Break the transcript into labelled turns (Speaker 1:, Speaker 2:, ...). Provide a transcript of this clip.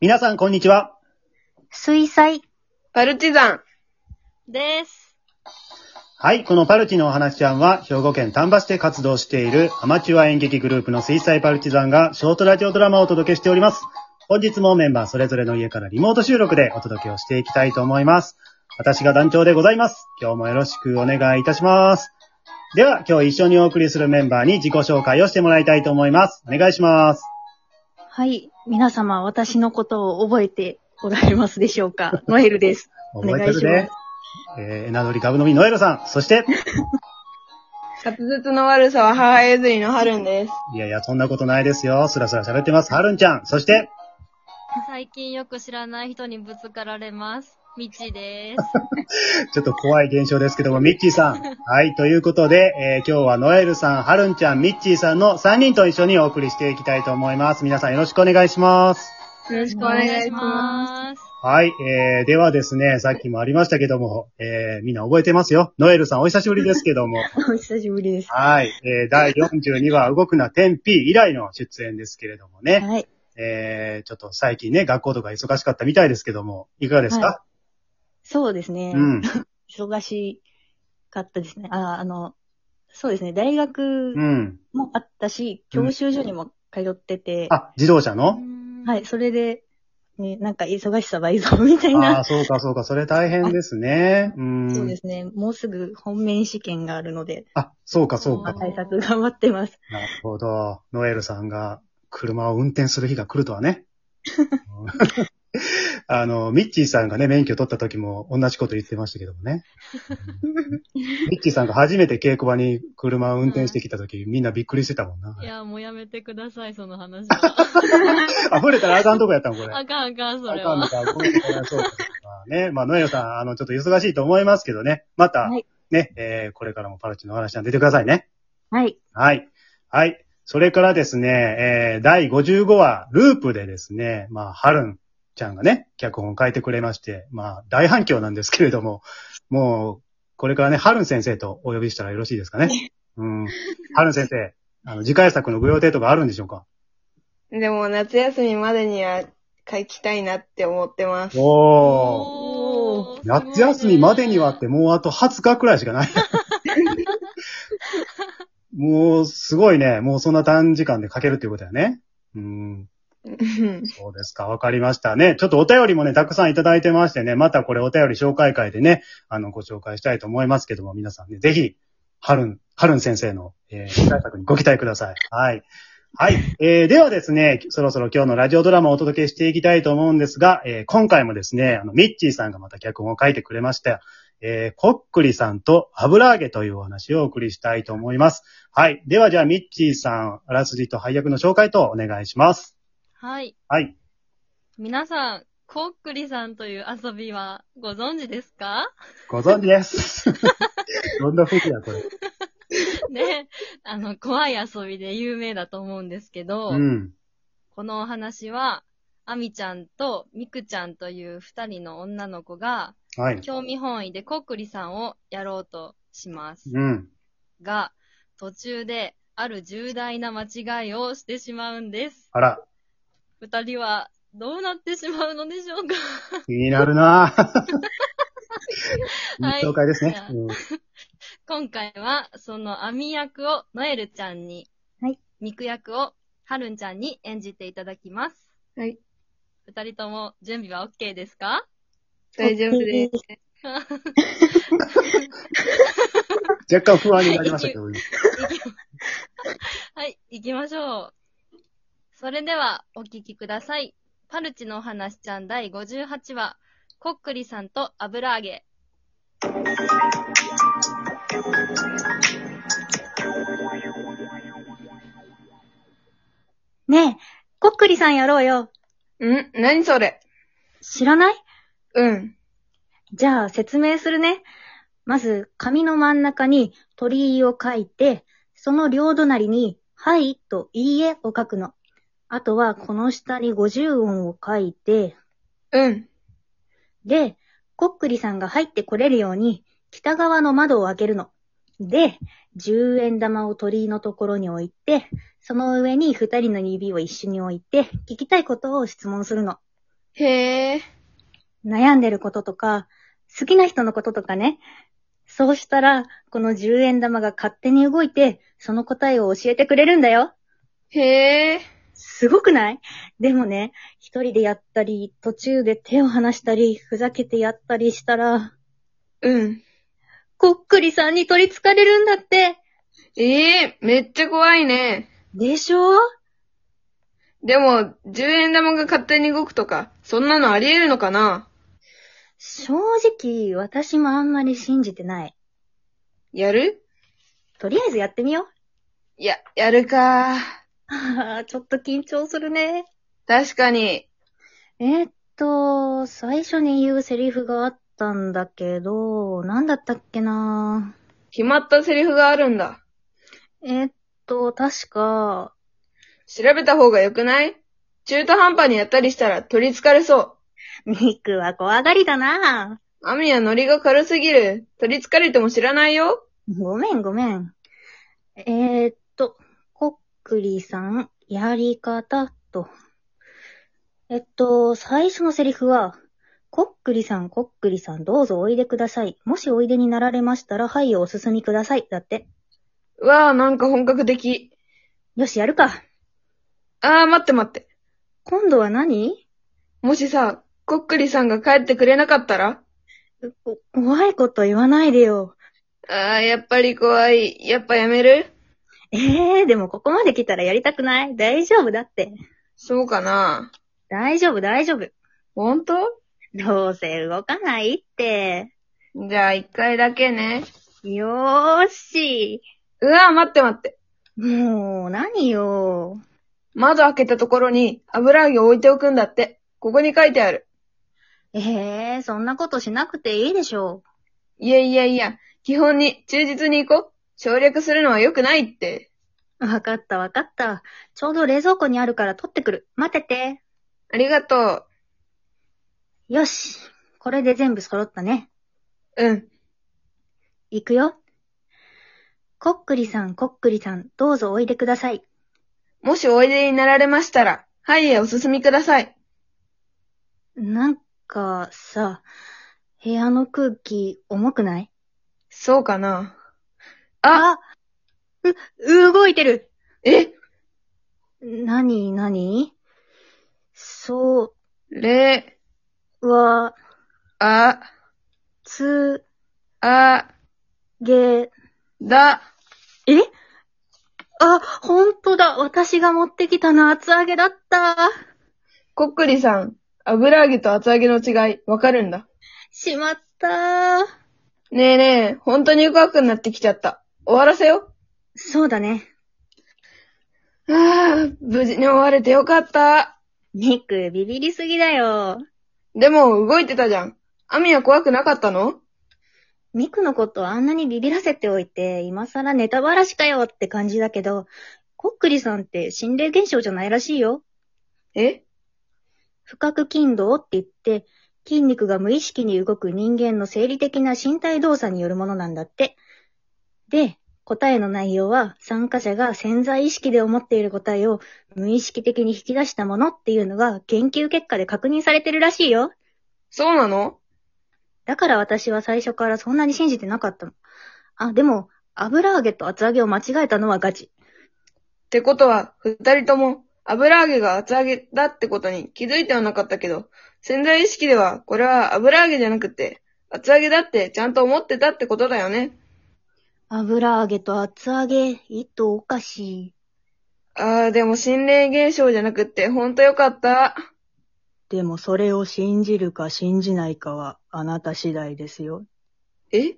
Speaker 1: 皆さん、こんにちは。
Speaker 2: 水彩
Speaker 3: パルチザン。
Speaker 2: です。
Speaker 1: はい、このパルチのお話ちゃんは、兵庫県丹波市で活動しているアマチュア演劇グループの水彩パルチザンが、ショートラジオドラマをお届けしております。本日もメンバーそれぞれの家からリモート収録でお届けをしていきたいと思います。私が団長でございます。今日もよろしくお願いいたします。では、今日一緒にお送りするメンバーに自己紹介をしてもらいたいと思います。お願いします。
Speaker 2: はい。皆様、私のことを覚えておられますでしょう かノエルです。
Speaker 1: 覚えてるね。えー、エナドリガブノミノエルさん。そして、
Speaker 3: 滑舌の悪さは母譲りのハルンです。
Speaker 1: いやいや、そんなことないですよ。スラスラ喋ってます。はるんちゃん。そして、
Speaker 4: 最近よく知らない人にぶつかられます。みちです。
Speaker 1: ちょっと怖い現象ですけども、ミッチー さん。はい、ということで、えー今日はノエルさん、ハルンちゃん、ミッチーさんの3人と一緒にお送りしていきたいと思います。皆さんよろしくお願いします。
Speaker 3: よろしくお
Speaker 4: お
Speaker 3: 願いします。
Speaker 4: す。
Speaker 1: はい、えー、ではですね、さっきもありましたけども、えー、みんな覚えてますよ。ノエルさんお久しぶりですけ ども、
Speaker 2: お久しぶりです。
Speaker 1: はい、えー、第42話動くな天 P 以来の出演ですけれどもね、
Speaker 2: はい。
Speaker 1: えー、ちょっと最近ね、学校とか忙しかったみたいですけども、いかがですか、
Speaker 2: そうですね。
Speaker 1: うん。
Speaker 2: 忙しかったですね。あ、あの、そうですね。大学
Speaker 1: うん。
Speaker 2: もあったし、教習所にも通ってて、
Speaker 1: あ、自動車の
Speaker 2: はい。それで、ね、なんか忙しさ倍増みたい
Speaker 1: ああー、
Speaker 2: な。
Speaker 1: そうか、そうか、それ大変ですね。うん。
Speaker 2: そうですね。もうすぐ本面試験があるので、
Speaker 1: あ、そうか、そう
Speaker 4: あ
Speaker 1: か。
Speaker 4: ー。
Speaker 1: なる
Speaker 2: 対策頑張ってます。
Speaker 1: ほど。ノエルさんが車を運転する日が来るとは ね。うんあの、ミッチーさんがね、免許取った時も同じこと言ってましたけどもね。うんミッチーさんが初めて稽古場に車を運転してきた時、みんなびっくりしてたもんない
Speaker 4: や、もうやめてください、その話は。
Speaker 1: 溢れたらあかんとこやったもん、これ。
Speaker 4: あかんあかん、そ
Speaker 1: あ
Speaker 4: れ
Speaker 1: かんの
Speaker 4: は。
Speaker 1: か、ごめんなさいそうか。まあね、まあ、ノエルさん、あの、ちょっと忙しいと思いますけどね。また、
Speaker 2: はい
Speaker 1: ね、えー、これからもパルチのお話なんで出てくださいね。
Speaker 2: はい。
Speaker 1: はい。はい。それからですね、えー、第55話、ループでですね、まあ、ハルンちゃんがね、脚本を書いてくれまして、まあ、大反響なんですけれども、もう、これからね、ハルン先生とお呼びしたらよろしいですかね。うん。ハルン先生、あの、次回作のご予定とかあるんでしょうか
Speaker 3: でも夏休みまでには書きたいなって思ってます。
Speaker 1: おー。
Speaker 4: ー
Speaker 1: 夏休みまでにはっ。てもうあと20日くらいしかない。もうすごいね。もうそんな短時間で書けるっていうことだよね。うん。
Speaker 3: うん
Speaker 1: そうですか。わかりましたね。ちょっとお便りもね、たくさんいただいてましてね、またこれお便り紹介会でね、あの、ご紹介したいと思いますけども、皆さんね、ぜひ、はるん、はるん先生の、えー、次回作にご期待ください。はい。はい。えー、ではですね、そろそろ今日のラジオドラマをお届けしていきたいと思うんですが、えー、今回もですね、あの、ミッチーさんがまた脚本を書いてくれました、えー、コックリさんと油揚げというお話をお送りしたいと思います。はい。ではじゃあ、ミッチーさん、あらすじと配役の紹介とお願いします。
Speaker 4: はい。
Speaker 1: はい。
Speaker 4: 皆さん、こっくりさんという遊びはご存知ですか
Speaker 1: ご存知 です。どんな風景や、これ。
Speaker 4: ね。あの、怖い遊びで有名だと思うんですけど、
Speaker 1: うん。
Speaker 4: このお話は、アミちゃんとミクちゃんという二人の女の子が、
Speaker 1: はい。
Speaker 4: 興味本位でコックリさんをやろうとします。
Speaker 1: うん。
Speaker 4: が、途中である重大な間違いをしてしまうんです。
Speaker 1: あら、
Speaker 4: 二人はどうなってしまうのでしょうか
Speaker 1: 気になる なぁ。
Speaker 4: は
Speaker 1: い
Speaker 4: い
Speaker 1: い紹介ですね
Speaker 4: じゃ。あ
Speaker 1: うん
Speaker 4: 今回は、その網役をノエルちゃんに、
Speaker 2: はい。
Speaker 4: 肉役をハルンちゃんに演じていただきます。
Speaker 3: はい。
Speaker 4: 二人とも準備は OK ですか
Speaker 3: 大丈夫です。
Speaker 1: 若干不安になりましたけど、
Speaker 4: はい、行きましょう。それでは、お聞きください。パルチのお話ちゃん第58話、コックリさんと油揚げ。
Speaker 2: ねえ、こっくりさんやろうよ。
Speaker 3: ん何それ
Speaker 2: 知らない
Speaker 3: うん。
Speaker 2: じゃあ説明するね。まず、紙の真ん中に鳥居を書いて、その両隣に、はいといいえを書くの。あとは、この下に50音を書いて、
Speaker 3: うん。
Speaker 2: で、こっくりさんが入ってこれるように、北側の窓を開けるの。で、10円玉を鳥居のところに置いて、その上に2人の指を一緒に置いて、聞きたいことを質問するの。
Speaker 4: へえ。
Speaker 2: 悩んでることとか、好きな人のこととかね。そうしたら、この10円玉が勝手に動いて、その答えを教えてくれるんだよ。
Speaker 4: へえ。
Speaker 2: すごくないでもね、一人でやったり、途中で手を離したり、ふざけてやったりしたら、
Speaker 4: うん。
Speaker 2: こっくりさんに取り憑かれるんだって。
Speaker 4: ええめっちゃ怖いね。
Speaker 2: でしょ
Speaker 4: でも、10円玉が勝手に動くとか、そんなのあり得るのかな
Speaker 2: 正直、私もあんまり信じてない。
Speaker 4: やる
Speaker 2: とりあえずやってみよう。
Speaker 4: いや、やるか。
Speaker 2: あーちょっと緊張するね。
Speaker 4: 確かに。
Speaker 2: えーっと、最初に言うセリフがあったんだけど、なんだったっけな
Speaker 4: 決まったセリフがあるんだ。
Speaker 2: えーっと、確か、
Speaker 4: 調べた方が良くない中途半端にやったりしたら取り憑かれそ
Speaker 2: ミクは怖がりだな
Speaker 4: う。アミはノリが軽すぎる。取り憑かれても知らないよ。
Speaker 2: ごめんごめん。えーっと、こっくりさん、やり方と。えっと、最初のセリフは、こっくりさん、こっくりさん、どうぞおいでください。もしおいでになられましたら、はい、お進みください。だって。
Speaker 4: うわあ、なんか本格的。
Speaker 2: よし、やるか。
Speaker 4: ああ、待って待って。
Speaker 2: 今度は何
Speaker 4: もしさ、こっくりさんが帰ってくれなかったら
Speaker 2: こ怖いこと言わないでよ。
Speaker 4: ああ、やっぱり怖い。やっぱやめる
Speaker 2: ええでもここまで来たらやりたくない大丈夫だって。
Speaker 4: そうかな。
Speaker 2: 大丈夫、大丈夫。
Speaker 4: ほんと
Speaker 2: どうせ動かないって。
Speaker 4: じゃあ一回だけね。
Speaker 2: よーし。
Speaker 4: うわぁ、待って待って。
Speaker 2: もう、何よ。
Speaker 4: 窓開けたところに油揚げを置いておくんだって。ここに書いてある。
Speaker 2: ええそんなことしなくていいでしょ
Speaker 4: いやいやいや、基本に忠実に行こう。省略するのは良くないって。
Speaker 2: う。わかった、わかった。ちょうど冷蔵庫にあるから取ってくる。待ってて。
Speaker 4: ありがと
Speaker 2: よし。これで全部揃ったね。
Speaker 4: う。うん。
Speaker 2: いくよ。こっくりさん、こっくりさん、どうぞおいでください。
Speaker 4: もしおいでになられましたら、はいへお進みください。
Speaker 2: なんかさ、部屋の空気重くない
Speaker 4: そうかな。あ、
Speaker 2: う、動いてる
Speaker 4: え、
Speaker 2: なになにそ
Speaker 4: れ、
Speaker 2: うは、
Speaker 4: あ、
Speaker 2: つ、
Speaker 4: あ、
Speaker 2: げ、
Speaker 4: だ、
Speaker 2: えあ、ほんとだ私が持ってきたの厚揚げだった
Speaker 4: こっくりさん、油揚げと厚揚げの違い、わかるんだ。
Speaker 2: しまった
Speaker 4: ねえねえ、本当に怖くなってきちゃった。終わらせよう。
Speaker 2: そうだね。
Speaker 4: ああ、無事に終われてよかった。
Speaker 2: ミク、ビビりすぎだよ。
Speaker 4: でも、動いてたじゃん。アミは怖くなかったの
Speaker 2: ミクのことあんなにビビらせておいて、今更ネタバラシかよって感じだけど、コックリさんって心霊現象じゃないらしいよ。
Speaker 4: え
Speaker 2: 不覚筋動って言って、筋肉が無意識に動く人間の生理的な身体動作によるものなんだって。で、答えの内容は参加者が潜在意識で思っている答えを無意識的に引き出したものっていうのが研究結果で確認されてるらしいよ。
Speaker 4: そうなの
Speaker 2: だから私は最初からそんなに信じてなかったの。あ、でも、油揚げと厚揚げを間違えたのはガチ。
Speaker 4: ってことは、二人とも、油揚げが厚揚げだってことに気づいてはなかったけど、潜在意識では、これは油揚げじゃなくて、厚揚げだってちゃんと思ってたってことだよね。
Speaker 2: 油揚げと厚揚げ、糸おかしい。
Speaker 4: ああ、でも心霊現象じゃなくって、ほんとよかった。
Speaker 5: でもそれを信じるか信じないかはあなた次第ですよ。
Speaker 4: え